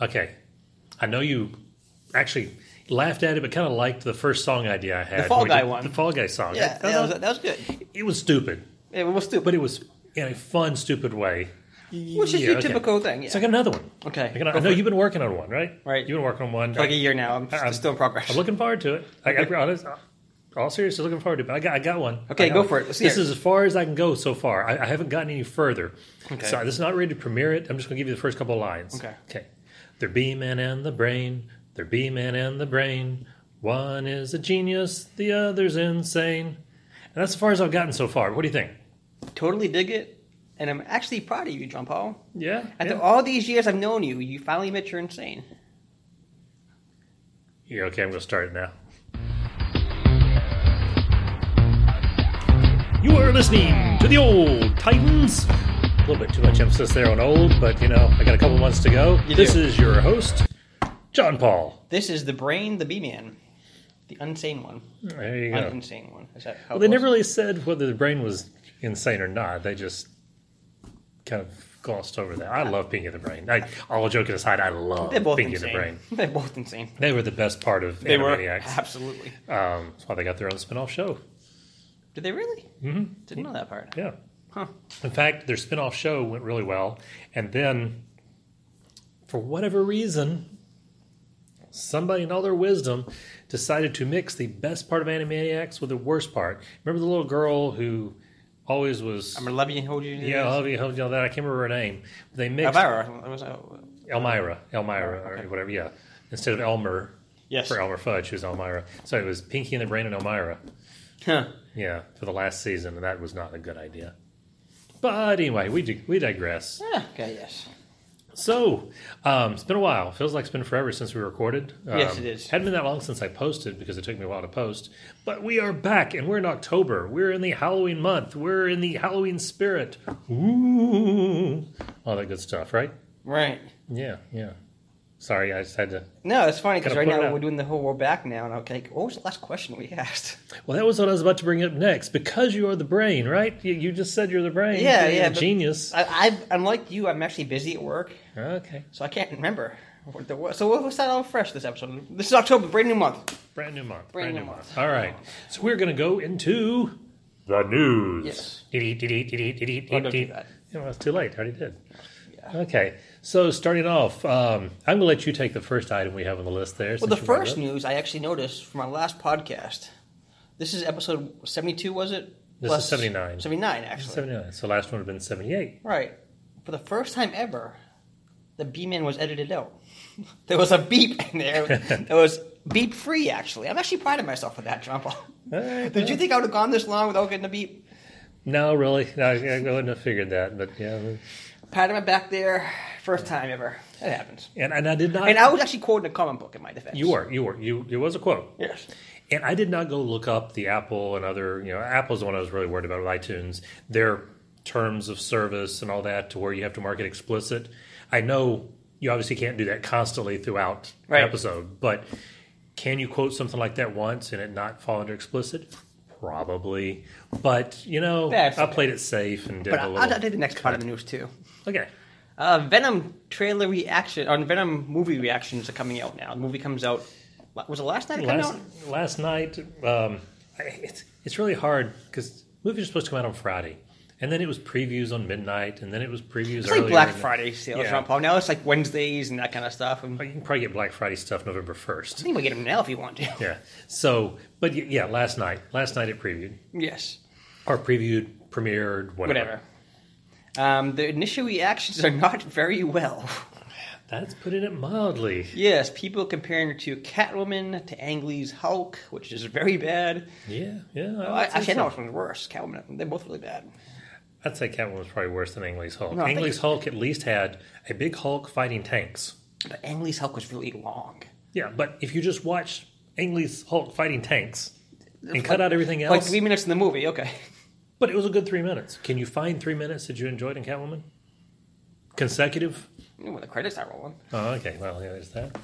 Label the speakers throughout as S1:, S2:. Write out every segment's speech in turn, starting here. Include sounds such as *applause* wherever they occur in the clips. S1: Okay. I know you actually laughed at it, but kind of liked the first song idea I had.
S2: Fall
S1: where we
S2: Guy
S1: did
S2: one.
S1: The Fall Guy song.
S2: Yeah,
S1: I- I
S2: that was,
S1: thought
S2: that was good.
S1: it was stupid,
S2: Yeah, well, stupid.
S1: but it was in a fun, stupid way.
S2: Which is
S1: Yeah,
S2: your
S1: okay.
S2: typical thing. Yeah.
S1: So I got another one.
S2: Okay,
S1: I, got,
S2: go
S1: I know
S2: for it.
S1: you've been working on one, right?
S2: Right.
S1: You've been working on one.
S2: For like a year now. I'm,
S1: I- I'm-
S2: still in progress.
S1: I'm looking forward to it. I got to be honest. All seriously, looking forward to it. But I got, I got one.
S2: Okay,
S1: I got
S2: go
S1: one.
S2: for it. Let's
S1: this
S2: hear it.
S1: is as far as I can go so far. I, I haven't gotten any further.
S2: Okay.
S1: So this is not ready to premiere it. I'm just going to give you the first couple of lines.
S2: Okay.
S1: Okay. They're B-Man and the Brain. They're B-Man and the Brain. One is a genius, the other's insane. And that's as far as I've gotten so far. What do you think?
S2: totally dig it. And I'm actually proud of you, John Paul.
S1: Yeah.
S2: After
S1: yeah.
S2: all these years I've known you, you finally admit you're insane.
S1: Here, okay, I'm going to start it now. You are listening to the old Titans. A little bit too much emphasis there on old, but you know, I got a couple months to go.
S2: You
S1: this
S2: do.
S1: is your host, John Paul.
S2: This is the brain, the B man, the unsane one,
S1: There you go.
S2: uninsane one. Is that how?
S1: Well,
S2: it
S1: they
S2: was?
S1: never really said whether the brain was insane or not. They just kind of glossed over that. I love Pinky the Brain. I, all joking aside, I love
S2: They're both
S1: Pinky
S2: insane.
S1: the Brain.
S2: *laughs* They're both insane.
S1: They were the best part of
S2: They were
S1: Animaniacs.
S2: absolutely.
S1: Um, that's why they got their own spin-off show.
S2: Did they really? Mm-hmm. Didn't know that part.
S1: Yeah.
S2: Huh.
S1: In fact, their spin-off show went really well, and then for whatever reason, somebody in all their wisdom decided to mix the best part of Animaniacs with the worst part. Remember the little girl who always was
S2: I'm gonna love you and hold you.
S1: yeah, I love you, I love you, all that. I can't remember her name. They mixed
S2: Elvira. It was, uh,
S1: Elmira, Elmira,
S2: Oh, Okay.
S1: or whatever. Yeah, instead of Elmer
S2: yes.
S1: for Elmer Fudge, she was Elmira. So it was Pinky and the Brain and Elmira.
S2: Huh.
S1: Yeah, for the last season, and that was not a good idea. But anyway, we dig- we digress.
S2: Ah, okay. Yes.
S1: So, um, it's been a while. Feels like it's been forever since we recorded. Um,
S2: Yes, it is.
S1: Hadn't been that long since I posted because it took me a while to post. But we are back, and we're in October. We're in the Halloween month. We're in the Halloween spirit. Ooh, all that good stuff, right?
S2: Right.
S1: Yeah, yeah. Sorry, I just had to.
S2: No, it's funny because
S1: Gotta
S2: right
S1: put it
S2: now
S1: out.
S2: we're doing the whole world back now, and I'm like, what was the last question we asked? *laughs*
S1: Well, that was what I was about to bring up next. Because you are the brain, right? You, you just said you're the brain.
S2: Yeah,
S1: you're
S2: yeah,
S1: the
S2: but-
S1: genius.
S2: I, I've, I'm like you. I'm actually busy at work,
S1: Okay,
S2: so I can't remember. What the, what, so what was that all fresh this episode? This is October, brand new month.
S1: brand new month.
S2: Brand new month.
S1: All right, so we're gonna go into the news.
S2: Yes. Oh, don't do
S1: Yes.
S2: that.
S1: Yeah, well, it's too late. I already did.
S2: Yeah.
S1: Okay, so starting off, um, I'm going to let you take the first item we have on the list there.
S2: Well, the first news I actually noticed from our last podcast. This is episode 72, was it?
S1: This is 79.
S2: 79, actually.
S1: 79. So last one would have been 78.
S2: Right. For the first time ever, the B man was edited out. *laughs* there was a beep
S1: *laughs*
S2: in there. That was beep free, actually. I'm actually proud of myself for that, John Paul. Did you think I would have gone this long without getting a beep?
S1: No, really. No, I I wouldn't have figured that. But yeah.
S2: Pat my back there. First time ever. That happens.
S1: And, and I did not.
S2: And I was actually quoting a comic book in my defense.
S1: you were. You were. You, it was a quote.
S2: Yes.
S1: And I did not go look up the Apple and other, you know, Apple's the one I was really worried about with iTunes, their terms of service and all that to where you have to mark it explicit. I know you obviously can't do that constantly throughout an
S2: Right.
S1: episode, but can you quote something like that once and it not fall under explicit? Probably. But, you know,
S2: That's
S1: I
S2: okay.
S1: played it safe and did
S2: But I,
S1: a
S2: I'll,
S1: little.
S2: I'll do the next part of the news, too.
S1: okay.
S2: Uh, Venom trailer reaction on Venom movie reactions are coming out now. The movie comes out. Was it last night? It came
S1: last
S2: out.
S1: last night um, I- it's it's really hard because movies are supposed to come out on Friday, and then it was previews on midnight, and then it was previews.
S2: It's like
S1: earlier
S2: Black
S1: in the-
S2: Friday sales,
S1: Yeah.
S2: John Paul. Now it's like Wednesdays and that kind of stuff. And I
S1: Oh, You can probably get Black Friday stuff November first.
S2: think we get them now if you want to.
S1: Yeah. So, but y- yeah, last night, last night it previewed
S2: yes,
S1: or previewed, premiered, whatever.
S2: whatever. Um, the initial reactions are not very well. *laughs*
S1: That's putting it mildly.
S2: yes, people comparing it to Catwoman to Ang Lee's Hulk, which is very bad.
S1: Yeah, yeah. I
S2: I,
S1: would say
S2: actually, I
S1: so.
S2: know which one's worse. Catwoman. They're both really bad.
S1: I'd say Catwoman was probably worse than Angley's Hulk.
S2: No, I think
S1: Angley's
S2: it's-
S1: Hulk at least had a big Hulk fighting tanks.
S2: But Ang Lee's Hulk was really long.
S1: Yeah, but if you just watch Angley's Hulk fighting tanks and cut out everything else,
S2: Like three minutes in the movie. Okay. *laughs*
S1: but it was a good three minutes. Can you find three minutes that you enjoyed in Catwoman? Consecutive?
S2: Well, the credits are rolling.
S1: Oh, okay. Well, yeah, there's that.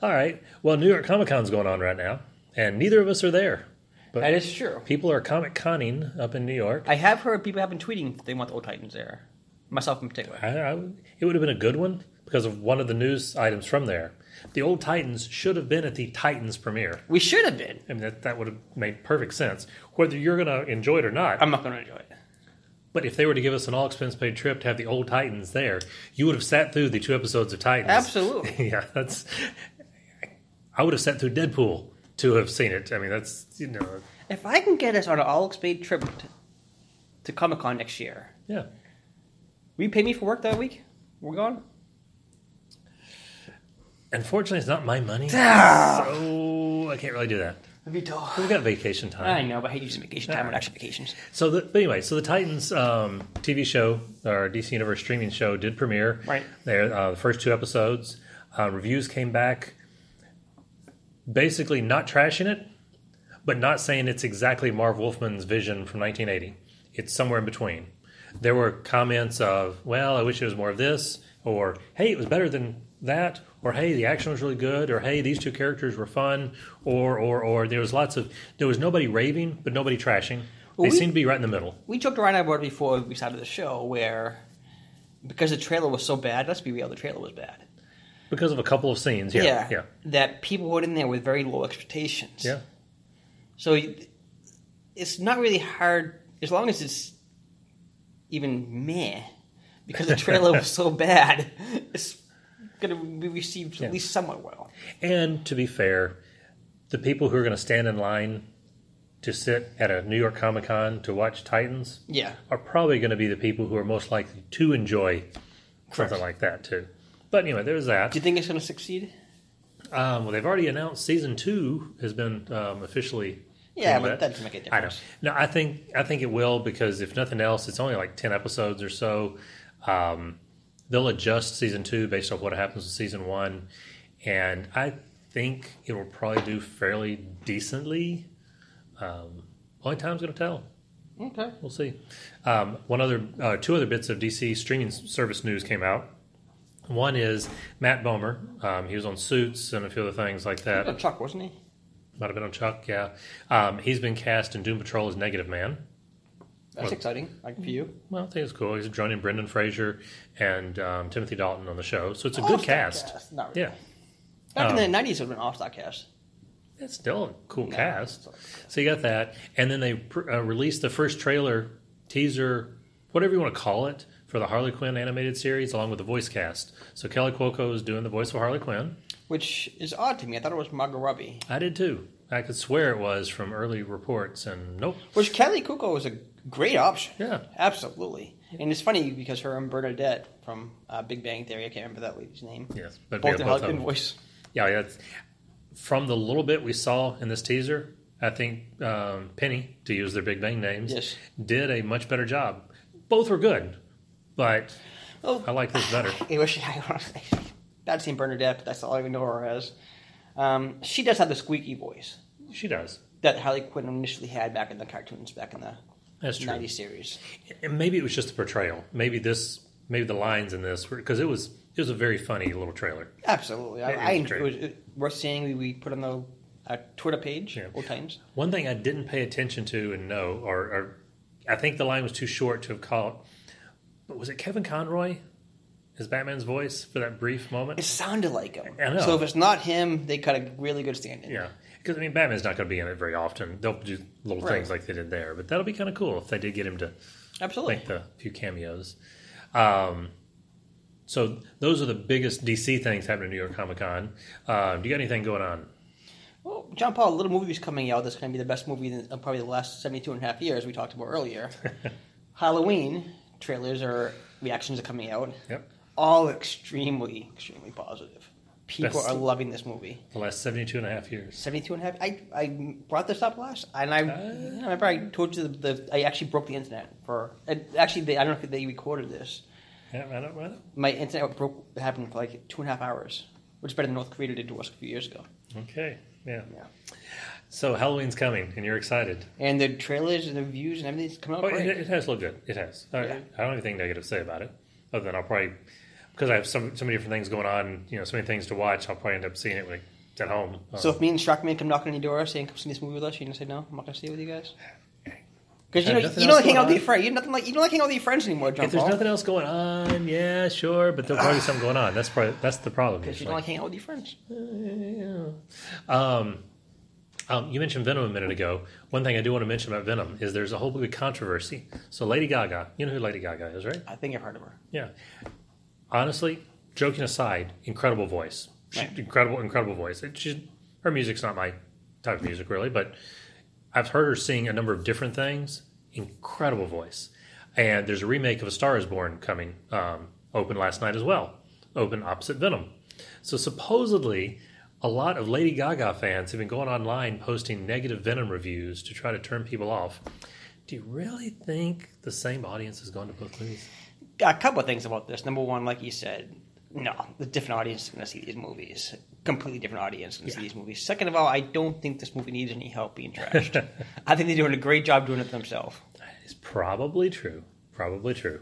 S1: All right. Well, New York Comic Con's going on right now, and neither of us are there. But
S2: That is true.
S1: people are Comic Conning up in New York.
S2: I have heard people have been tweeting they want the old Titans there. Myself in particular.
S1: I, I, would- it would have been a good one, because of one of the news items from there. The old Titans should have been at the Titans premiere.
S2: We should have been.
S1: I mean, that, that would have made perfect sense. Whether you're going to enjoy it or not,
S2: I'm not going to enjoy it.
S1: but if they were to give us an all expense paid trip to have the old Titans there, you would have sat through the two episodes of Titans.
S2: Absolutely.
S1: *laughs* yeah, that's. I would have sat through Deadpool to have seen it. I mean, that's you know,
S2: If I can get us on an all paid trip to, to Comic Con next year,
S1: yeah.
S2: will you pay me for work that week? We're gone.
S1: Unfortunately, it's not my money,
S2: Ah.
S1: so I can't really do that.
S2: Vito.
S1: We've got vacation time.
S2: I know, but I hate using vacation time on actual vacations.
S1: So, the, but anyway, so the Titans um, TV show, or DC Universe streaming show, did premiere.
S2: Right.
S1: There, uh, the first two episodes. Uh, reviews came back basically not trashing it, but not saying it's exactly Marv Wolfman's vision from 1980. It's somewhere in between. There were comments of, well, I wish it was more of this, or hey, it was better than that, or hey, the action was really good, or hey, these two characters were fun, or, or, or. There was lots of, there was nobody raving, but nobody trashing.
S2: Well,
S1: they
S2: we-
S1: seemed to be right in the middle.
S2: We joked around about it before we started the show where, because the trailer was so bad, let's be real, the trailer was bad.
S1: Because of a couple of scenes, yeah. Yeah. Yeah.
S2: That people went in there with very low expectations. So y- it's not really hard as long as it's even meh, because the trailer was
S1: *laughs*
S2: so bad. It's going to be received
S1: Yeah.
S2: at least somewhat well.
S1: And to be fair, the people who are going to stand in line to sit at a New York Comic Con to watch Titans
S2: Yeah,
S1: are probably going to be the people who are most likely to enjoy something like that, too. But anyway, there's that.
S2: do you think it's going to succeed?
S1: Um, well, they've already announced season two has been um, officially.
S2: Yeah,
S1: greenlit.
S2: but that doesn't make a
S1: I know.
S2: difference.
S1: No, I think I think it will because if nothing else, it's only like ten episodes or so. Um, they'll adjust season two based on what happens in season one, and I think it will probably do fairly decently. Um, only time's going to tell.
S2: Okay.
S1: We'll see. Um, one other, uh, two other bits of DC streaming service news came out. One is Matt Bomer. Um, he was on Suits and a few other things like that.
S2: Oh, Chuck, wasn't he?
S1: Might have been on Chuck, yeah. Um, he's been cast in Doom Patrol as Negative Man.
S2: That's
S1: Well-
S2: exciting. Like for you.
S1: Well, I think it's cool. He's joining Brendan Fraser and um, Timothy Dalton on the show, so it's a
S2: All-star
S1: good cast.
S2: Not really.
S1: Yeah, Um,
S2: Back in the 90s, it would have been all star cast.
S1: it's still a cool
S2: No,
S1: cast.
S2: it's all right.
S1: So you got that, and then they pr- uh, released the first trailer, teaser, whatever you want to call it, for the Harley Quinn animated series, along with the voice cast. So Kelly Cuoco is doing the voice of Harley Quinn.
S2: Which is odd to me. I thought it was Margot Robbie.
S1: I did too. I could swear it was from early reports, and nope.
S2: Which Kelly Kuko was a great option.
S1: Yeah.
S2: Absolutely. And it's funny because her and Bernadette from uh, Big Bang Theory, I can't remember that lady's name.
S1: Yes, but
S2: Both
S1: yeah,
S2: the
S1: both of
S2: Harlequin
S1: them.
S2: voice.
S1: Yeah, that's from the little bit we saw in this teaser. I think um, Penny, to use their Big Bang names,
S2: Yes.
S1: did a much better job. Both were good, but
S2: Oh,
S1: I like this better.
S2: I wish *laughs* I honestly. Bad St. Bernadette, but that's all I even know her as. Um, she does have the squeaky voice
S1: *sighs* She does.
S2: that Harley Quinn initially had back in the cartoons, back in the
S1: That's true.
S2: 90s series.
S1: And maybe it was just the portrayal. Maybe this, maybe the lines in this, because it was it was a very funny little trailer.
S2: Absolutely. I,
S1: It is
S2: I enjoyed it.
S1: great.
S2: Was, it worth seeing. We, we put on the uh, Twitter page,
S1: Yeah.
S2: Old Times.
S1: One thing I didn't pay attention to and know, or, or I think the line was too short to have caught. But was it Kevin Conroy as Batman's voice for that brief moment?
S2: It sounded like him.
S1: I know.
S2: So if it's not him, they got a really good stand in.
S1: Yeah, because I mean, Batman's not going to be in it very often. They'll do little
S2: Right.
S1: things like they did there, but that'll be kind of cool if they did get him to
S2: Absolutely.
S1: make the few cameos. Um, so those are the biggest DC things happening at New York Comic Con. Um, do you got anything going on?
S2: Well, John Paul, a little movie's coming out that's going to be the best movie in uh, probably the last 72 and a half years we talked about
S1: *laughs*
S2: earlier. Halloween trailers or reactions are coming out.
S1: Yep,
S2: All extremely, extremely positive. People
S1: Best-
S2: are loving this movie.
S1: the last 72 and a half years.
S2: 72 and a half. I, I brought this up last, and I, I
S1: Uh.
S2: remember I told you the, the I actually broke the internet for. and Actually, they, I don't know if they recorded this.
S1: Yeah, I don't, I don't,
S2: My internet broke happened for like two and a half hours, which is better than North Korea did to us a few years ago.
S1: okay, yeah.
S2: Yeah.
S1: So Halloween's coming, and you're excited.
S2: And the trailers and the views and everything's come out
S1: Oh,
S2: great.
S1: it, it has looked good. It has. I, I
S2: Yeah.
S1: don't have anything negative to say about it, other than I'll probably because I have so, so many different things going on. You know, so many things to watch. I'll probably end up seeing it when it's at home.
S2: So
S1: Um,
S2: if me and Shockman come knocking on your door saying, come see this movie with us, you're going to say, no, I'm not going to see it with you guys? Because you
S1: Have
S2: know
S1: nothing
S2: you don't
S1: else
S2: like hang
S1: going
S2: out with
S1: on?
S2: your friends. You nothing like you don't like hang out with your friends anymore, John
S1: If there's
S2: Paul.
S1: nothing else going on, yeah, sure, but there'll probably be something going on. That's probably that's the problem.
S2: Because
S1: usually.
S2: you don't like hanging out with your friends.
S1: Um, um, you mentioned Venom a minute ago. One thing I do want to mention about Venom is there's a whole big controversy. So Lady Gaga, you know who Lady Gaga is, right?
S2: I think I've heard of her.
S1: Yeah. Honestly, joking aside, incredible voice. She,
S2: Right.
S1: Incredible, incredible voice. It, she, her music's not my type of music, really, but I've heard her sing a number of different things. Incredible voice. And there's a remake of A Star is Born coming, um, open last night as well, open opposite Venom. So supposedly, a lot of Lady Gaga fans have been going online posting negative Venom reviews to try to turn people off. Do you really think the same audience has gone to both movies?
S2: a couple of things about this. Number one, like you said, no, the different audience is going to see these movies. Completely different audience is going to see these movies. Second of all, I don't think this movie needs any help being trashed. *laughs* I think they're doing a great job doing it themselves.
S1: It's probably true. Probably true.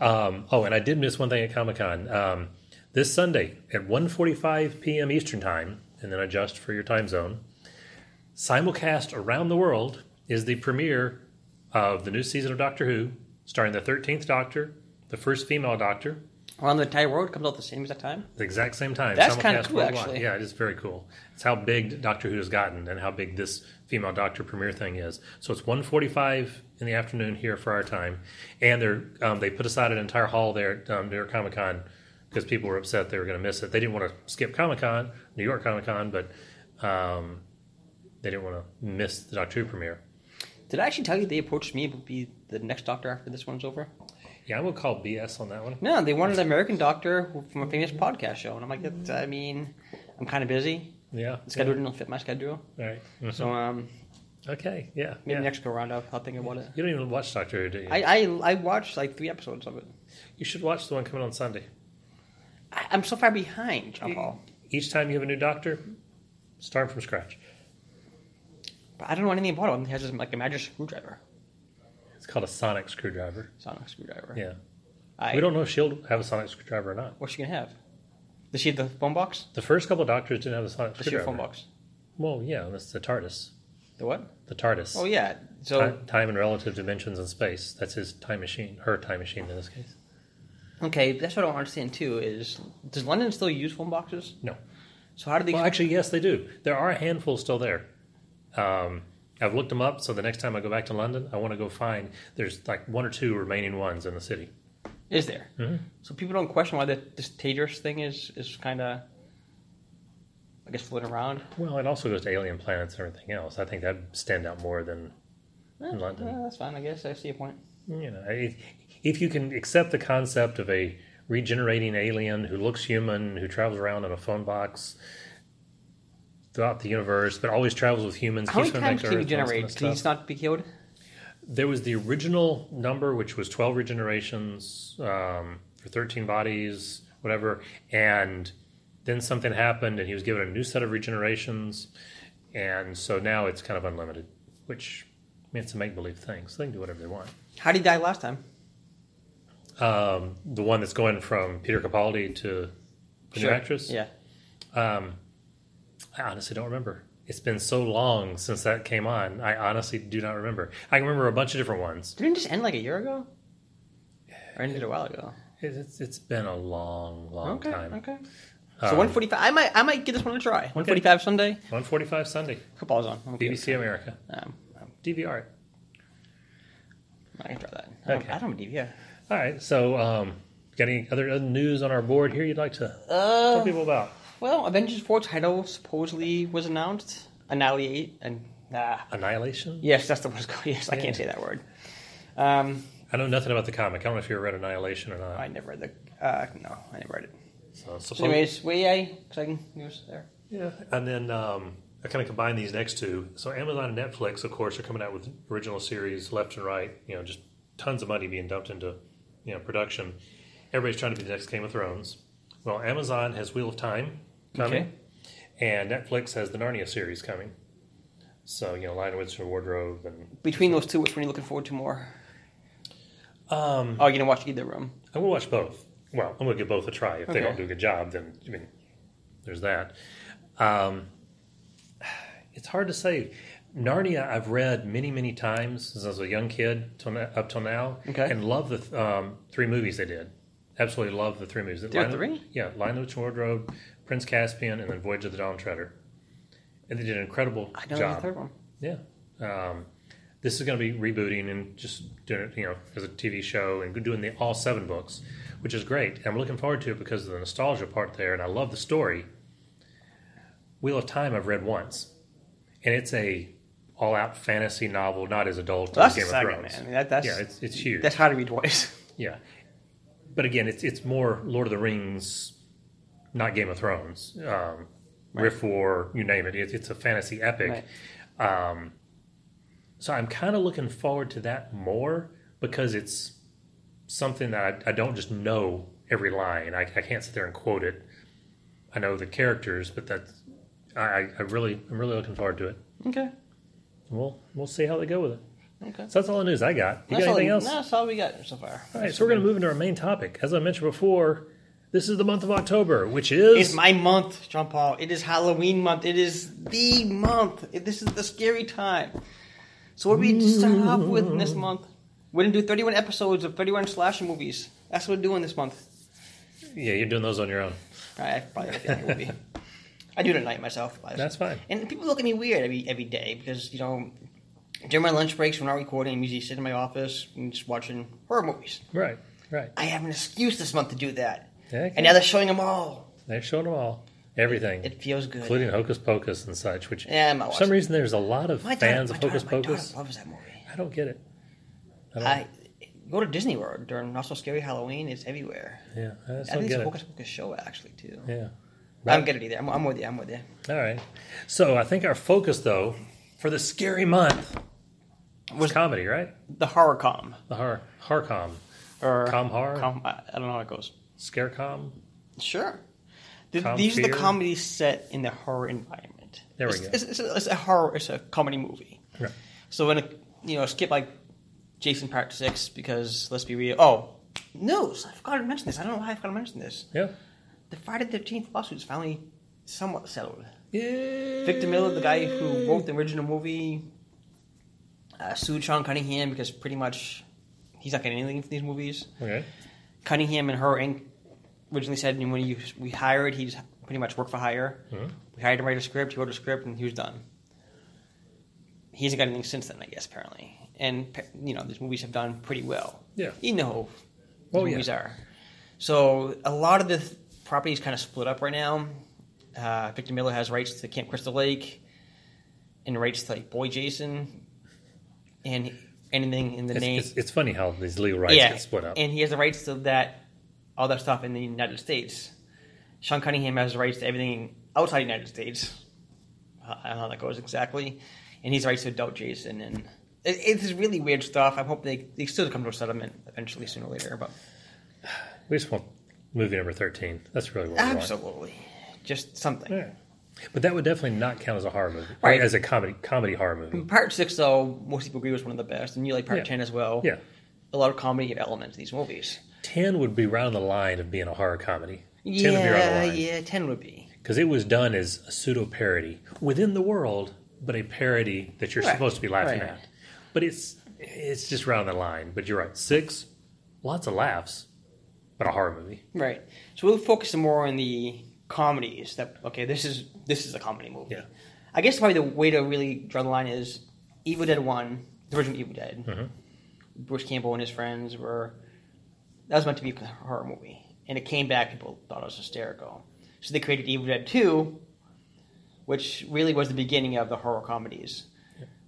S1: Um, oh, and I did miss one thing at Comic Con. Um, this Sunday at 1.45 p.m. Eastern Time, and then adjust for your time zone, simulcast around the world is the premiere of the new season of Doctor Who, starring the 13th Doctor, the first female Doctor,
S2: Around the Thai Road comes out the same as that time.
S1: the exact same time.
S2: That's kinda
S1: simulcast
S2: cool,
S1: worldwide.
S2: actually.
S1: Yeah, it is very cool. It's how big Doctor Who has gotten and how big this female Doctor premiere thing is. So it's 1.45 in the afternoon here for our time. And they're, um, they put aside an entire hall there um, near Comic Con because people were upset they were going to miss it. They didn't want to skip Comic Con, New York Comic Con, but um, they didn't want to miss the Doctor Who premiere.
S2: Did I actually tell you they approached me would be the next doctor after this one's over?
S1: Yeah, I'm going to call BS on that one.
S2: No, they wanted an American doctor who- from a famous podcast show, and I'm like, that's, I mean, I'm kind of busy.
S1: Yeah.
S2: The schedule didn't fit my schedule,
S1: All right. Mhm.
S2: so um,
S1: Okay. Yeah.
S2: maybe
S1: yeah.
S2: next go round I'll, I'll think about it.
S1: You don't even watch Doctor Who, do you?
S2: I, I I watched like three episodes of it.
S1: you should watch the one coming on Sunday.
S2: I, I'm so far behind, John Paul.
S1: Each time you have a new doctor, start from scratch.
S2: But I don't know anything about him. He has this, like a magic screwdriver.
S1: It's called a sonic screwdriver.
S2: Sonic screwdriver.
S1: Yeah.
S2: I,
S1: We don't know if she'll have a sonic screwdriver or not.
S2: What's she gonna have? Does she have the phone box?
S1: The first couple doctors didn't have a sonic
S2: Does she have a
S1: screwdriver.
S2: phone box?
S1: Well, yeah, that's the TARDIS.
S2: The what?
S1: The TARDIS.
S2: Oh yeah. So
S1: Ti- time and relative dimensions in space. That's his time machine, her time machine in this case.
S2: okay, that's what I don't understand too. Is does London still use phone boxes?
S1: No.
S2: So how do they?
S1: Well, actually, yes, they do. There are a handful still there. Um, I've looked them up, so the next time I go back to London, I want to go find there's like one or two remaining ones in the city.
S2: is there?
S1: Mm-hmm.
S2: So people don't question why the, this Taters thing is is kind of, I guess, floating around.
S1: Well, it also goes to alien planets and everything else. I think that'd stand out more than
S2: Eh,
S1: London.
S2: eh, that's fine. I guess I see a point.
S1: you know, if, if you can accept the concept of a regenerating alien who looks human, who travels around in a phone box throughout the universe, but always travels with humans.
S2: How many
S1: keeps coming back
S2: times
S1: to
S2: can
S1: Earth, all
S2: you
S1: this
S2: generate?
S1: Kind
S2: Can
S1: of
S2: he
S1: stuff.
S2: not be killed?
S1: There was the original number, which was 12 regenerations um, for 13 bodies, whatever. And then something happened, and he was given a new set of regenerations. And so now it's kind of unlimited, which I mean, it's a make believe thing. So they can do whatever they want.
S2: How did he die last time?
S1: um, the one that's going from Peter Capaldi to the new actress.
S2: Yeah.
S1: I honestly don't remember. It's been so long since that came on. I honestly do not remember. I can remember a bunch of different ones.
S2: Didn't it just end like a year ago? Or ended a while ago.
S1: It- It's, it's been a long, long
S2: Okay.
S1: time.
S2: Okay.
S1: Um,
S2: So one forty five. I might. I might give this one a try. One forty five Sunday.
S1: 145 Sunday,
S2: Football's on. I'm okay.
S1: BBC America,
S2: Um, I'm
S1: DVR. it.
S2: not gonna try that. I don't,
S1: Okay.
S2: I don't believe you.
S1: All right. So, um, got any other, other news on our board here you'd like to tell
S2: Uh,
S1: people about?
S2: well, Avengers Four title supposedly was announced. Annihilate and ah.
S1: Annihilation?
S2: Yes, that's the one it's called. *laughs* Yes, I
S1: Yeah.
S2: can't say that word. Um,
S1: I know nothing about the comic. I don't know if you ever read Annihilation or not.
S2: I never read the. Uh, no, I never read it.
S1: So,
S2: So anyways, we I exciting news there.
S1: Yeah, and then um, I kind of combine these next two. So Amazon and Netflix, of course, are coming out with original series left and right. You know, just tons of money being dumped into you know production. Everybody's trying to be the next Game of Thrones. Well, Amazon has Wheel of Time coming,
S2: Okay.
S1: and Netflix has the Narnia series coming. So you know, Lion Witch and Wardrobe, and
S2: Between those two, which one are you looking forward to more?
S1: um,
S2: Oh, you're gonna watch either room.
S1: I'm gonna watch both. Well, I'm gonna give both a try. If they
S2: Okay.
S1: don't do a good job, then I *sighs* mean, there's that. Um, it's hard to say. Narnia, I've read many, many times since I was a young kid till now, up till now,
S2: Okay.
S1: and love the um, three movies they did. Absolutely love the three movies.
S2: There are
S1: Lion-
S2: three?
S1: Yeah, Lion of the Witch and Wardrobe, Prince Caspian, and then Voyage of the Dawn Treader. And they did an incredible
S2: I don't know the
S1: job.
S2: third one.
S1: Yeah. Um, this is going to be rebooting and just doing it, you know, as a TV show and doing the all seven books, which is great. And I'm looking forward to it because of the nostalgia part there, and I love the story. Wheel of Time I've read once, and it's a all-out fantasy novel, not as adult
S2: Well,
S1: as
S2: that's
S1: Game
S2: a
S1: of
S2: saga,
S1: Thrones.
S2: man. I mean, that, that's
S1: yeah, it's it's huge.
S2: that's hard to read twice. *laughs*
S1: Yeah, but again, it's it's more Lord of the Rings, not Game of Thrones. Um, Rift War, you name it. It's it's a fantasy epic. Um, so I'm kind of looking forward to that more because it's something that I, I don't just know every line. I, I can't sit there and quote it. I know the characters, but that's I, I- I really I'm really looking forward to it.
S2: Okay.
S1: We'll we'll see how they go with it.
S2: Okay.
S1: So that's all the news I got. You
S2: that's
S1: got
S2: all,
S1: anything else?
S2: no, that's all we got so far.
S1: All right, so we're going to move into our main topic. As I mentioned before, this is the month of October, which
S2: It's
S1: is
S2: my month, John Paul. It is Halloween month. It is the month. It- This is the scary time. So what do we start off with in this month? We're gonna do 31 episodes of 31 slasher movies. That's what we're doing this month.
S1: yeah. You're doing those on your own.
S2: All right, I probably have a favorite movie. I do it at night myself. but-
S1: That's fine.
S2: And people look at me weird every every day because you know during my lunch breaks when I'm not recording, I'm usually sitting in my office and just watching horror movies.
S1: Right, right.
S2: I have an excuse this month to do that,
S1: Okay.
S2: and now they're showing them all.
S1: They've shown them all, everything,
S2: It feels good.
S1: including Hocus Pocus and such. Which
S2: Yeah, I'm not
S1: for some
S2: watching.
S1: reason there's a lot of
S2: my daughter-
S1: fans
S2: my
S1: of Hocus
S2: daughter- my daughter
S1: Pocus.
S2: loves that movie.
S1: I don't get it. I don't,
S2: I go to Disney World during Not So Scary Halloween. It's everywhere.
S1: yeah, I just
S2: I
S1: don't
S2: think it's
S1: get
S2: a
S1: it.
S2: Hocus Pocus show actually too.
S1: Yeah.
S2: I don't get it either. I'm, I'm with you. I'm with you.
S1: All right. So I think our focus though for the scary month was comedy, right?
S2: The horror com
S1: The horror, horrorcom,
S2: or
S1: Com horror?
S2: com- I, I don't know how it goes.
S1: scarecom.
S2: Sure. Th-
S1: Com
S2: these are
S1: fear?
S2: the comedies set in the horror environment.
S1: There we
S2: it's,
S1: go.
S2: It's, it's, a, it's a horror. It's a comedy movie.
S1: Right.
S2: So when it, you know, skip like Jason Part Six because let's be real. Oh, news! I forgot to mention this. I don't know why I forgot to mention this.
S1: Yeah.
S2: The Friday the Thirteenth lawsuit's finally somewhat settled.
S1: Yeah.
S2: Victor Miller, the guy who wrote the original movie, uh, sued Sean Cunningham because pretty much he's not getting anything from these movies.
S1: Okay.
S2: Cunningham and her Inc. originally said when you, we hired, he's pretty much worked for hire.
S1: Mm-hmm.
S2: We hired him to write a script, he wrote a script, and he was done. He hasn't got anything since then, I guess, apparently. And, pa- you know, these movies have done pretty well.
S1: Yeah.
S2: You know who
S1: Oh,
S2: these
S1: yeah.
S2: movies are. So a lot of the th- property is kind of split up right now. Uh, Victor Miller has rights to Camp Crystal Lake and rights to, like, Boy Jason and anything in the
S1: It's,
S2: name.
S1: it's, it's funny how these legal rights get split up.
S2: And he has the rights to that, all that stuff in the United States. Sean Cunningham has the rights to everything outside the United States. I I don't know how that goes exactly. And he's rights to adult Jason. And it, it's really weird stuff. I hope they, they still come to a settlement eventually, sooner or later. But
S1: we just want movie number 13. That's really what we want.
S2: absolutely. Just something.
S1: Yeah. But that would definitely not count as a horror movie. Right.
S2: Right.
S1: As a comedy comedy horror movie.
S2: Part six, though, most people agree was one of the best, and you like part
S1: Yeah.
S2: ten as well.
S1: Yeah.
S2: a lot of comedy elements in these movies.
S1: 10 would be right on the line of being a horror comedy. 10 would be right on
S2: yeah,
S1: the line.
S2: yeah, ten would be.
S1: Because it was done as a pseudo parody within the world, but a parody that you're
S2: Right.
S1: supposed to be laughing
S2: Right.
S1: at. But it's it's just right on the line. But you're right. Six, lots of laughs, but a horror movie.
S2: Right. So we'll focus more on the comedies. That okay, this is this is a comedy movie.
S1: Yeah.
S2: I guess probably the way to really draw the line is Evil Dead One, the original Evil Dead. Bruce Campbell and his friends were that was meant to be a horror movie, and it came back. People thought it was hysterical, so they created Evil Dead Two, which really was the beginning of the horror comedies.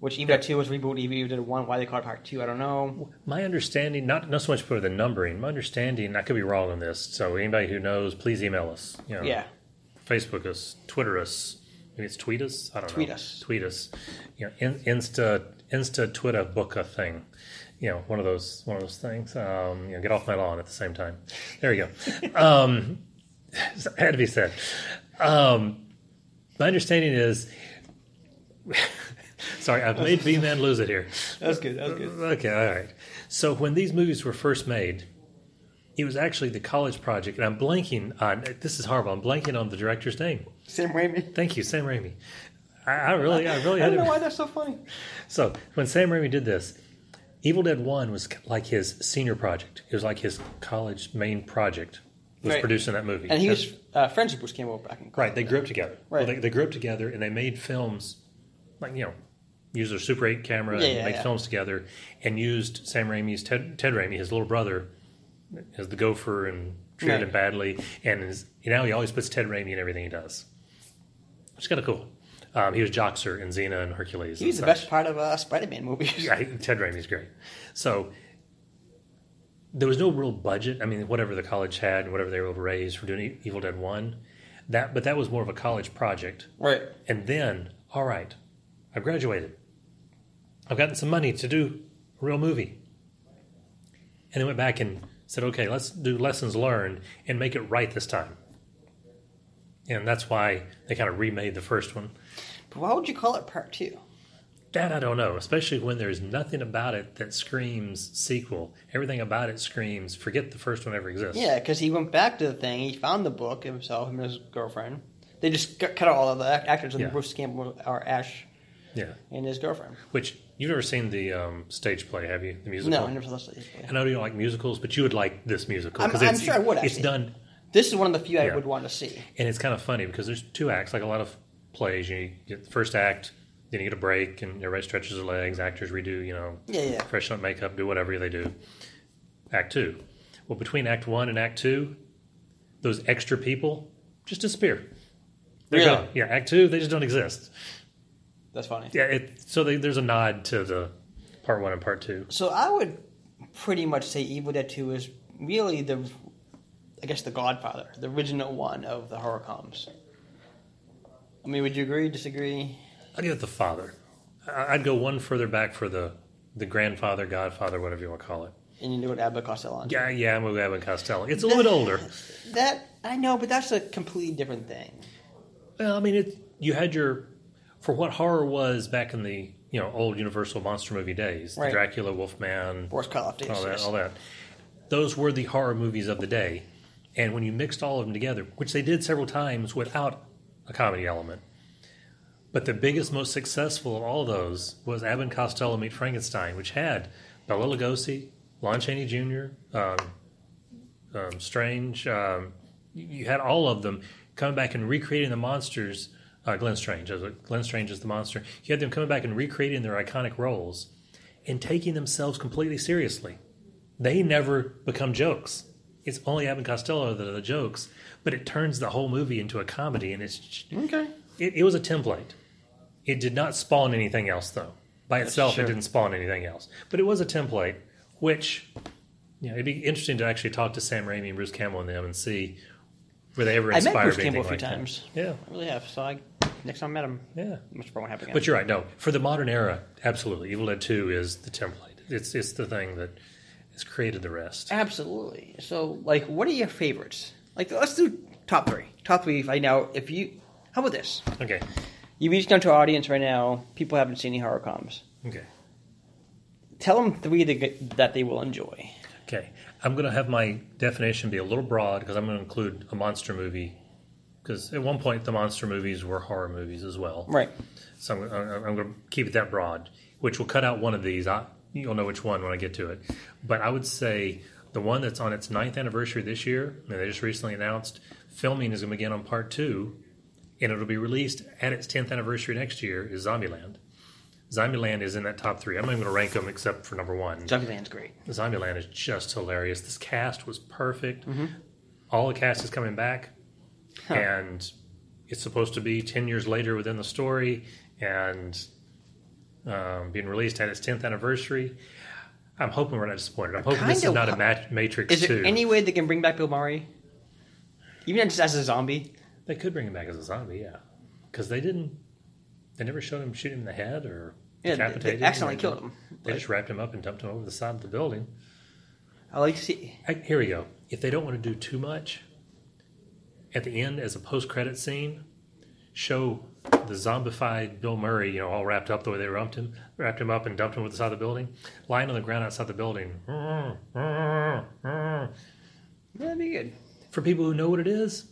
S2: Which Evil Dead Two was reboot. Evil Dead One. Why they called it Part Two, I don't know.
S1: My understanding, not not so much for the numbering. My understanding, I could be wrong on this. So anybody who knows, please email us. You know,
S2: Yeah.
S1: Facebook us, Twitter us. Maybe it's tweet us. I don't
S2: Tweet
S1: know.
S2: us.
S1: Tweet us. You know, in, Insta, Insta, Twitter, book a thing. You know, one of those, one of those things. Um, you know, get off my lawn at the same time. There you go.
S2: *laughs*
S1: um, *laughs* had to be said. Um, my understanding is. *laughs* Sorry, I've made B Man lose it here.
S2: That's good. That's good.
S1: Okay, all right. So when these movies were first made, it was actually the college project, and I'm blanking on this is horrible. I'm blanking on the director's name.
S2: Sam Raimi.
S1: Thank you, Sam Raimi. I, I really, I really
S2: *laughs* I
S1: had
S2: don't know
S1: to.
S2: why that's so funny.
S1: So when Sam Raimi did this, Evil Dead One was like his senior project. It was like his college main project. Was
S2: Right.
S1: producing that movie,
S2: And he
S1: That's-
S2: was uh, friends with Bruce Campbell back in college.
S1: right. They grew up together. Well,
S2: Right.
S1: they, they grew up together, and they made films, like you know, used their Super Eight camera
S2: Yeah,
S1: and
S2: yeah,
S1: make
S2: yeah.
S1: films together, and used Sam Raimi's Ted, Ted Raimi, his little brother, as the gopher and treated
S2: Right.
S1: him badly, and is, now he always puts Ted Raimi in everything he does. It's kind of cool. Um, he was Joxer in Xena and Hercules.
S2: He was the
S1: and such.
S2: best part of uh, Spider-Man movies.
S1: *laughs* Yeah, I- Ted Raimi's great. So there was no real budget. I mean, whatever the college had, whatever they were able to raise for doing E- Evil Dead One, that but that was more of a college project.
S2: Right.
S1: And then, all right, I've graduated. I've gotten some money to do a real movie. And then went back and said, okay, let's do lessons learned and make it right this time. And that's why they kind of remade the first one.
S2: But why would you call it part two?
S1: That I don't know, especially when there's nothing about it that screams sequel. Everything about it screams forget the first one ever exists.
S2: Yeah, because he went back to the thing. He found the book himself him and his girlfriend. They just cut cut out all of the ac- actors, and
S1: Yeah.
S2: Bruce Campbell or Ash
S1: Yeah.
S2: and his girlfriend.
S1: Which you've never seen the um, stage play, have you? The musical.
S2: No, I never listened to this.
S1: I know you don't like musicals, but you would like this musical
S2: I'm- I'm
S1: it's
S2: sure I would,
S1: It's
S2: actually.
S1: done,
S2: This is one of the few I
S1: Yeah.
S2: would want to see.
S1: and it's kind of funny because there's two acts, like a lot of plays. You get the first act, then you get a break, and everybody stretches their legs. Actors redo, you know,
S2: Yeah, yeah.
S1: freshen up makeup, do whatever they do. Act two. Well, between Act one and Act two, those extra people just disappear. They're
S2: Really?
S1: gone. Yeah, Act two, they just don't exist.
S2: That's funny.
S1: Yeah, it, so they, there's a nod to the part one and part two.
S2: So I would pretty much say Evil Dead Two is really the, I guess the Godfather, the original one of the horror comms. I mean, would you agree? Disagree?
S1: I'd give it the father. I- I'd go one further back for the the grandfather, godfather, whatever you want to call it.
S2: And you know what Abbott Costello?
S1: Yeah, yeah, I'm with Abbott and Costello. It's a little bit older.
S2: That I know, but that's a completely different thing.
S1: Well, I mean, it you had your for what horror was back in the you know old Universal monster movie days, the
S2: Right.
S1: Dracula, Wolfman,
S2: Boris Karloff did.
S1: all that,
S2: this.
S1: all that. Those were the horror movies of the day, and when you mixed all of them together, which they did several times without a comedy element, but the biggest, most successful of all those was Abbott and Costello Meet Frankenstein, which had Bela Lugosi, Lon Chaney Jr., um, um, Strange. Um, you- you had all of them coming back and recreating the monsters. Uh, Glenn Strange, as Glenn Strange is the monster. You had them coming back and recreating their iconic roles and taking themselves completely seriously. They never become jokes. It's only Abbott and Costello that are the jokes, but it turns the whole movie into a comedy, and it's
S2: Okay.
S1: it, it was a template. It did not spawn anything else, though. By itself,
S2: Sure.
S1: it didn't spawn anything else. But it was a template, which, you know, it'd be interesting to actually talk to Sam Raimi and Bruce Campbell and them and see were they ever
S2: I met
S1: inspired
S2: Bruce
S1: by anything
S2: Campbell a few
S1: like that.
S2: times.
S1: Yeah,
S2: I really have. So I next time I met him,
S1: yeah.
S2: which probably won't happen again.
S1: But you're right. No, for the modern era, absolutely. Evil Dead Two is the template. It's it's the thing that has created the rest.
S2: Absolutely. So, like, what are your favorites? Like, let's do top three. Top three right now. If you, how about this?
S1: Okay,
S2: You reached out to our audience right now. People haven't seen any horror comms.
S1: okay,
S2: Tell them three that, g- that they will enjoy.
S1: okay. I'm gonna have my definition be a little broad because I'm gonna include a monster movie. Because at one point, the monster movies were horror movies as well.
S2: Right.
S1: So I'm, I'm, I'm going to keep it that broad, which will cut out one of these. I, you'll know which one when I get to it. But I would say the one that's on its ninth anniversary this year, and they just recently announced filming is going to begin on part two, and it'll be released at its 10th anniversary next year, is Zombieland. Zombieland is in that top three. I'm not even going to rank them except for number one.
S2: Zombieland's great.
S1: Zombieland is just hilarious. This cast was perfect.
S2: Mm-hmm.
S1: All the cast is coming back, and it's supposed to be ten years later within the story, and um, being released at its tenth anniversary. I'm hoping we're not disappointed. I'm hoping this is
S2: kinda
S1: not a
S2: ho-
S1: mat- Matrix
S2: Is there
S1: two.
S2: any way they can bring back Bill Murray? Even just as a zombie?
S1: they could bring him back as a zombie, yeah, because they didn't. They never showed him shooting him in the head or
S2: Yeah, they-
S1: decapitated. him
S2: they,
S1: or
S2: accidentally
S1: anything.
S2: killed him.
S1: They just wrapped him up and dumped him over the side of the building.
S2: I like to see.
S1: I, here we go. If they don't want to do too much, at the end, as a post-credit scene, show the zombified Bill Murray, you know, all wrapped up the way they wrapped him, wrapped him up and dumped him over the side of the building, lying on the ground outside the building.
S2: Yeah, that'd be good.
S1: For people who know what it is,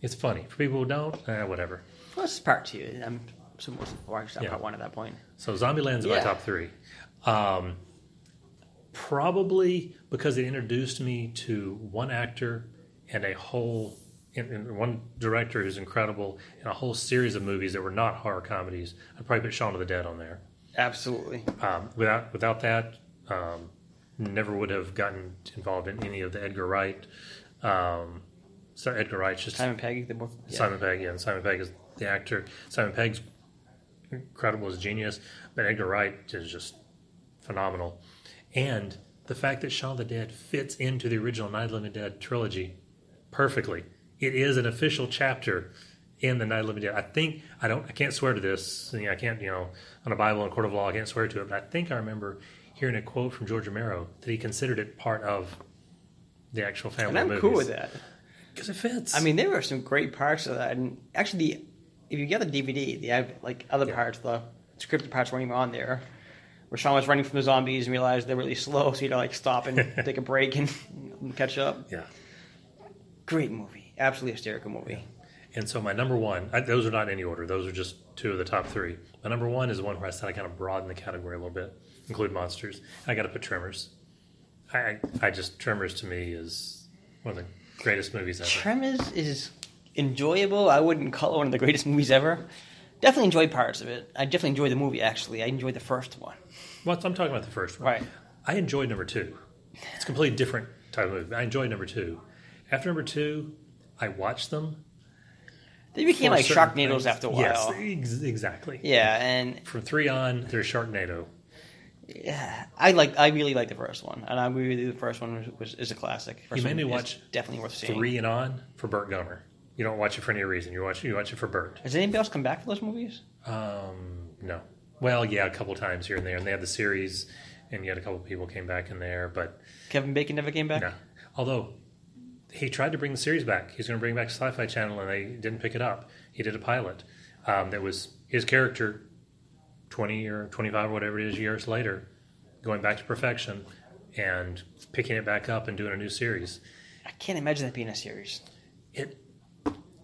S1: it's funny. For people who don't, eh, whatever.
S2: Well, this is part two. I'm some more or actually,
S1: Yeah.
S2: part one at that point.
S1: So Zombieland's my
S2: Yeah.
S1: top three. Um, probably because it introduced me to one actor and a whole and, and one director who's incredible and a whole series of movies that were not horror comedies. I'd probably put Shaun of the Dead on there.
S2: Absolutely.
S1: Um, without without that, um, never would have gotten involved in any of the Edgar Wright. Um, so Edgar Wright's just
S2: Simon Pegg, the more. Yeah.
S1: Simon Pegg, yeah, and Simon Pegg is the actor. Simon Pegg's incredible as a genius, but Edgar Wright is just phenomenal. And the fact that Shaun of the Dead fits into the original Night of the Living Dead trilogy perfectly. It is an official chapter in the Night of the Living Dead. I think I don't I can't swear to this. You know, I can't, you know, on a Bible and a court of law I can't swear to it, but I think I remember hearing a quote from George Romero that he considered it part of the actual family
S2: And I'm
S1: movies.
S2: cool with that.
S1: Because it fits.
S2: I mean, there were some great parts of that, and actually, the, if you get the DVD, the ad- like other parts, the scripted parts weren't even on there. Where Sean was running from the zombies and realized they're really slow, *laughs* so you had to like
S1: *laughs*
S2: stop and take a break and *laughs* catch up.
S1: Yeah.
S2: Great movie, absolutely hysterical movie.
S1: And so my number one, I, those are not in any order. Those are just two of the top three. My number one is one where I said I kind of broaden the category a little bit, include monsters. And I got to put Tremors. I, I, I just Tremors to me is one of the greatest movies
S2: *laughs*
S1: ever.
S2: Tremors is enjoyable. I wouldn't call it one of the greatest movies ever. Definitely enjoyed parts of it. I definitely enjoyed the movie. Actually, I enjoyed the first one.
S1: Well, I'm talking about the first one.
S2: Right.
S1: I enjoyed number two. It's a completely different type of movie. I enjoyed number two. After number two, I watched them.
S2: They became
S1: for
S2: like
S1: certain
S2: Sharknadoes
S1: things.
S2: after a while.
S1: Yes, ex- exactly.
S2: Yeah, and
S1: From three on, they're Sharknado.
S2: Yeah, I like. I really like the first one, and I really the first one was, was is a classic. First
S1: You made
S2: one
S1: me
S2: is
S1: watch
S2: definitely worth seeing.
S1: Three and on for Burt Gummer. You don't watch it for any reason. You watch you watch it for Burt.
S2: Has anybody else come back for those movies?
S1: Um, no. Well, yeah, a couple times here and there, and they had the series, and yet a couple people came back in there, but
S2: Kevin Bacon never came back.
S1: no. Although he tried to bring the series back, he's going to bring back Sci-Fi Channel, and they didn't pick it up. He did a pilot um, that was his character, twenty or twenty-five or whatever it is years later, going back to perfection, and picking it back up and doing a new series.
S2: I can't imagine that being a series.
S1: It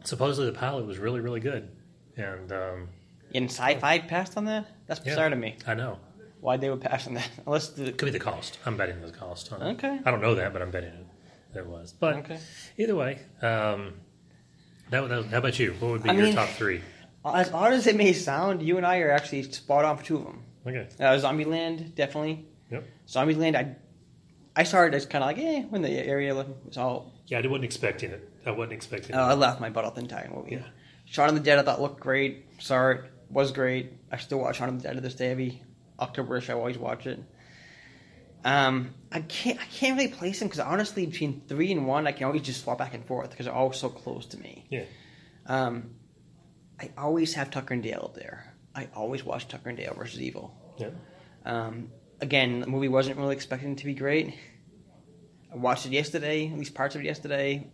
S1: supposedly the pilot was really really good, and um,
S2: In sci-fi passed on that. That's
S1: Oh. yeah,
S2: bizarre to me.
S1: I know.
S2: Why they would pass on that? *laughs* Unless the
S1: Could be the cost. I'm betting the cost. On it.
S2: Okay.
S1: I don't know that, but I'm betting it, that it was. But
S2: Okay.
S1: either way, um, that, was- how about you? What would be
S2: I
S1: your
S2: mean-
S1: top three?
S2: as odd as it may sound, you and I are actually spot on for two of them.
S1: Okay.
S2: Uh, Zombieland definitely.
S1: Yep.
S2: Zombieland, I I started as kind of like eh when the area was all
S1: Yeah, I wasn't expecting it. I wasn't expecting
S2: Uh, I
S1: it.
S2: laughed my butt off the entire movie.
S1: Yeah.
S2: Shaun of the Dead I thought looked great. Saw it, was great. I still watch Shaun of the Dead to this day. Every Octoberish, I always watch it. Um, I can't I can't really place them because honestly, between three and one, I can always just swap back and forth because they're all so close to me.
S1: Yeah.
S2: Um, I always have Tucker and Dale up there. I always watch Tucker and Dale versus Evil.
S1: Yeah.
S2: Um, again, the movie wasn't really expecting to be great. I watched it yesterday, at least parts of it yesterday.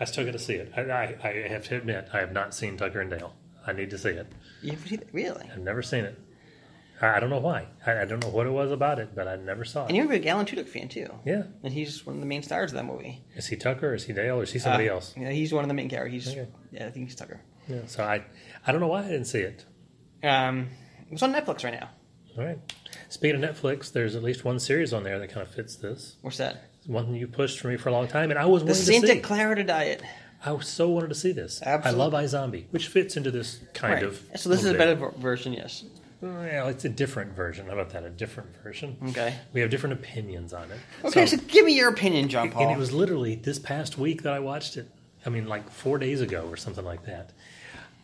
S1: I still got to see it. I, I, I have to admit, I have not seen Tucker and Dale. I need to see it.
S2: You haven't seen it? really?
S1: I've never seen it. I, I don't know why. I, I don't know what it was about it, but I never saw it.
S2: And you're a big Alan Tudyk fan too.
S1: yeah.
S2: and he's one of the main stars of that movie.
S1: Is he Tucker? Is he Dale? Or is he somebody
S2: Uh,
S1: else?
S2: Yeah, he's one of the main characters. He's,
S1: Okay.
S2: Yeah, I think he's Tucker.
S1: Yeah. So I, I don't know why I didn't see it.
S2: Um, it's on Netflix right now.
S1: All right. Speaking of Netflix, there's at least one series on there that kind of fits this.
S2: What's that?
S1: It's one you pushed for me for a long time, and I was
S2: The
S1: wanting to
S2: Santa
S1: see.
S2: Clara Diet.
S1: I so wanted to see this.
S2: Absolutely.
S1: I love iZombie, which fits into this kind
S2: right.
S1: of.
S2: So this is a
S1: little
S2: better ver- version, yes.
S1: bit. Well, it's a different version. How about that? A different version.
S2: Okay.
S1: We have different opinions on it.
S2: Okay,
S1: So-
S2: so, give me your opinion, John Paul.
S1: and it was literally this past week that I watched it. I mean, like four days ago or something like that.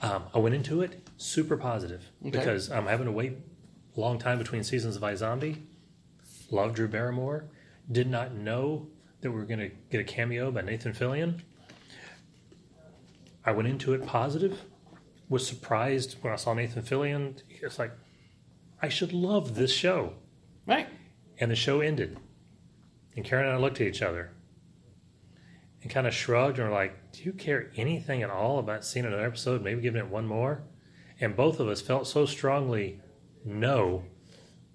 S1: Um, I went into it super positive because I'm having to wait a long time between seasons of iZombie. Love Drew Barrymore. Did not know that we were going to get a cameo by Nathan Fillion. I went into it positive. Was surprised when I saw Nathan Fillion. It's like I should love this show.
S2: right.
S1: And the show ended. And Karen and I looked at each other and kind of shrugged and were like, Do you care anything at all about seeing another episode, maybe giving it one more? And both of us felt so strongly no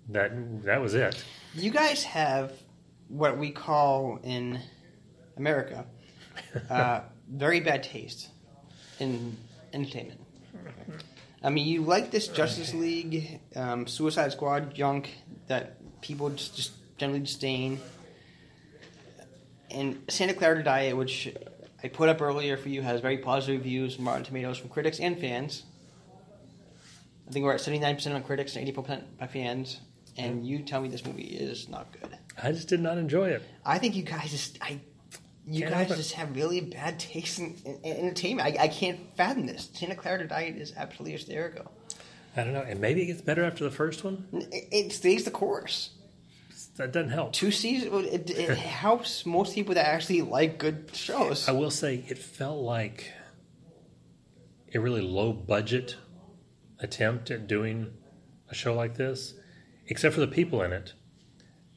S1: that that was it.
S2: You guys have what we call in America uh, very bad taste in entertainment. I mean, you like this Justice League, um, Suicide Squad junk that people just, just generally disdain, and Santa Clara Diet, which I put up earlier for you, has very positive reviews from Rotten Tomatoes from critics and fans. I think we're at seventy nine percent on critics and eighty percent by fans. And you tell me this movie is not good.
S1: I just did not enjoy it.
S2: I think you guys just I, you
S1: Can't
S2: guys
S1: help it.
S2: just have really bad taste in, in, in entertainment. I, I can't fathom this. Santa Clara Diet is absolutely hysterical.
S1: I don't know. And maybe it gets better after the first one.
S2: N- It, it stays the course.
S1: That doesn't help.
S2: Two seasons. well, It,
S1: *laughs*
S2: it helps most people that actually like good shows.
S1: I will say it felt like a really low budget attempt at doing a show like this, except for the people in it.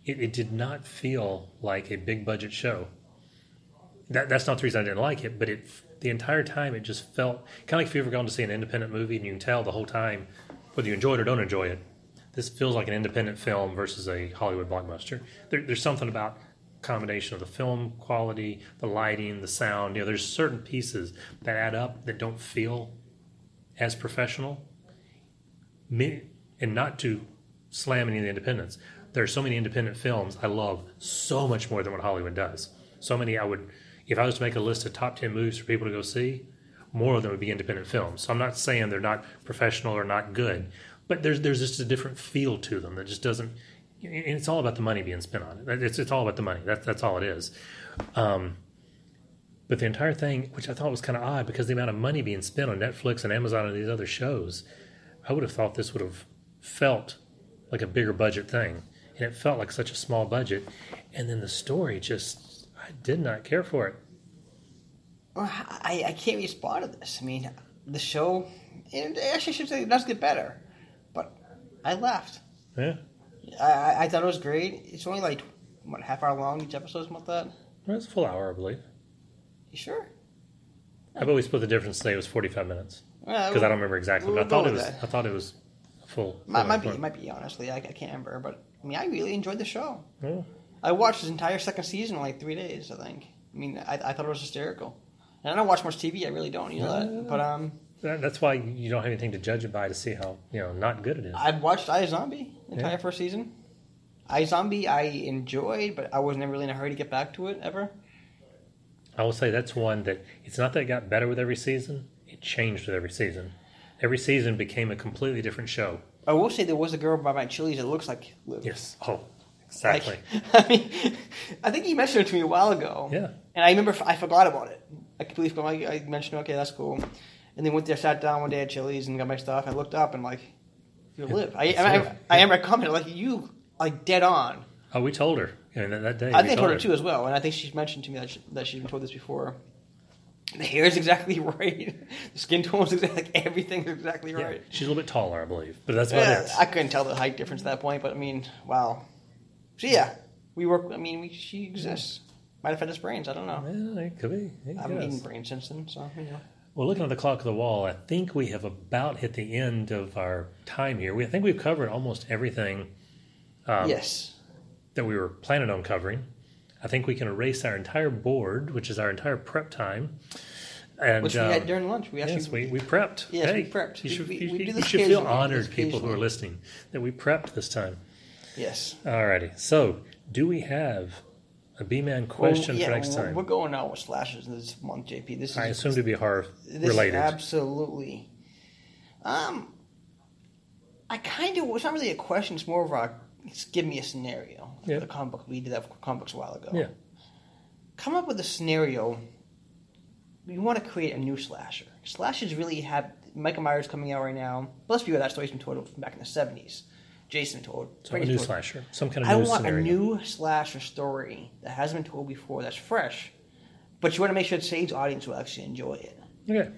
S1: It, it did not feel like a big budget show. That, that's not the reason I didn't like it, but it the entire time it just felt kind of like if you've ever gone to see an independent movie and you can tell the whole time whether you enjoy it or don't enjoy it. This feels like an independent film versus a Hollywood blockbuster. There, there's something about combination of the film quality, the lighting, the sound. You know, there's certain pieces that add up that don't feel as professional. Me- And not to slam any of the independents. There are so many independent films I love so much more than what Hollywood does. So many I would, if I was to make a list of top 10 movies for people to go see, more of them would be independent films. So I'm not saying they're not professional or not good, but there's there's just a different feel to them that just doesn't. And it's all about the money being spent on it. It's it's all about the money. That's that's all it is. Um, but the entire thing, which I thought was kind of odd, because the amount of money being spent on Netflix and Amazon and these other shows, I would have thought this would have felt like a bigger budget thing, and it felt like such a small budget. And then the story just, I did not care for it.
S2: Well, I, I can't respond to this. I mean, the show. And I actually, should say it does get better, but I laughed.
S1: Yeah,
S2: I, I, I thought it was great. It's only like what half hour long each episode, something like that.
S1: it was a full hour, I believe.
S2: You sure?
S1: I've always put the difference to say it was forty-five minutes
S2: Well,
S1: because I don't remember exactly, but I
S2: we'll go
S1: thought it
S2: with
S1: was.
S2: that.
S1: I thought it was a full.
S2: Might,
S1: full
S2: might be,
S1: length.
S2: might be. Honestly, I, I can't remember, but I mean, I really enjoyed the show.
S1: Yeah.
S2: I watched his entire second season in like three days. I think. I mean, I, I thought it was hysterical. And I don't watch much TV. I really don't. You know that. But um,
S1: That- That's why you don't have anything to judge it by to see how you know not good it is.
S2: I watched I Zombie the entire
S1: Yeah.
S2: first season. I Zombie I enjoyed, but I was never really in a hurry to get back to it ever.
S1: I will say that's one that it's not that it got better with every season; it changed with every season. Every season became a completely different show.
S2: I will say there was a girl by my Chili's that looks like Liv.
S1: Yes. Oh,
S2: Like,
S1: exactly.
S2: *laughs* I mean, I think you mentioned it to me a while ago.
S1: Yeah.
S2: And I remember f- I forgot about it. I completely forgot. I I mentioned, okay, that's cool. And then went there, sat down one day at Chili's and got my stuff. I looked up and like, you live. I, I, I, I am recommended like you like dead on.
S1: Oh, we told her. I mean, that, that day.
S2: I
S1: we
S2: think I told her too as well, and I think she's mentioned to me that she, that she's been told this before. The hair is exactly *laughs* right. The skin tone is exactly like everything's exactly
S1: Yeah.
S2: right.
S1: She's a little bit taller, I believe, but that's about
S2: Yeah,
S1: it.
S2: I couldn't tell the height difference at that point, but I mean, wow. So yeah, we work. I mean, we, she exists. Might have fed us brains. I don't know.
S1: Yeah, it could be. It
S2: I haven't
S1: could.
S2: eaten brains since then, so you know.
S1: Well, looking at the clock of the wall, I think we have about hit the end of our time here. We I think we've covered almost everything Um,
S2: yes,
S1: that we were planning on covering. I think we can erase our entire board, which is our entire prep time. And
S2: which we
S1: um,
S2: had during lunch. We actually
S1: Yes, we, we prepped.
S2: Yes, we
S1: Hey,
S2: prepped.
S1: You
S2: We-
S1: should,
S2: we-
S1: you-
S2: we do
S1: you
S2: this
S1: should feel
S2: occasionally, this
S1: honored, people who are
S2: occasionally.
S1: listening, that we prepped this time.
S2: yes.
S1: Alrighty. So, do we have a B man question
S2: Well,
S1: for next
S2: we're-
S1: time?
S2: We're going out with slashes this month, JP. This is
S1: I assume to be horror
S2: This
S1: related.
S2: absolutely. Um, I kind of. It's not really a question. It's more of a. it's give me a scenario.
S1: Yeah.
S2: The comic book. We did that for comic books a while ago.
S1: yeah.
S2: Come up with a scenario. You want to create a new slasher. Slashers really have. Michael Myers coming out right now. Let's be real. That story's been told from back in the seventies. Jason told.
S1: So a
S2: Freddy's
S1: new
S2: told.
S1: slasher, some kind of
S2: I
S1: new
S2: want
S1: scenario.
S2: a new slasher story that hasn't been told before. That's fresh, but you want to make sure the Sage's audience will actually enjoy it.
S1: okay,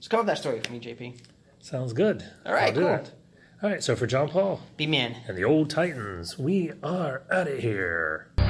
S2: So come up with that story for me, JP.
S1: sounds good.
S2: All right,
S1: I'll do
S2: cool.
S1: that. All right, so for John Paul
S2: Be man.
S1: and the old Titans, we are out of here.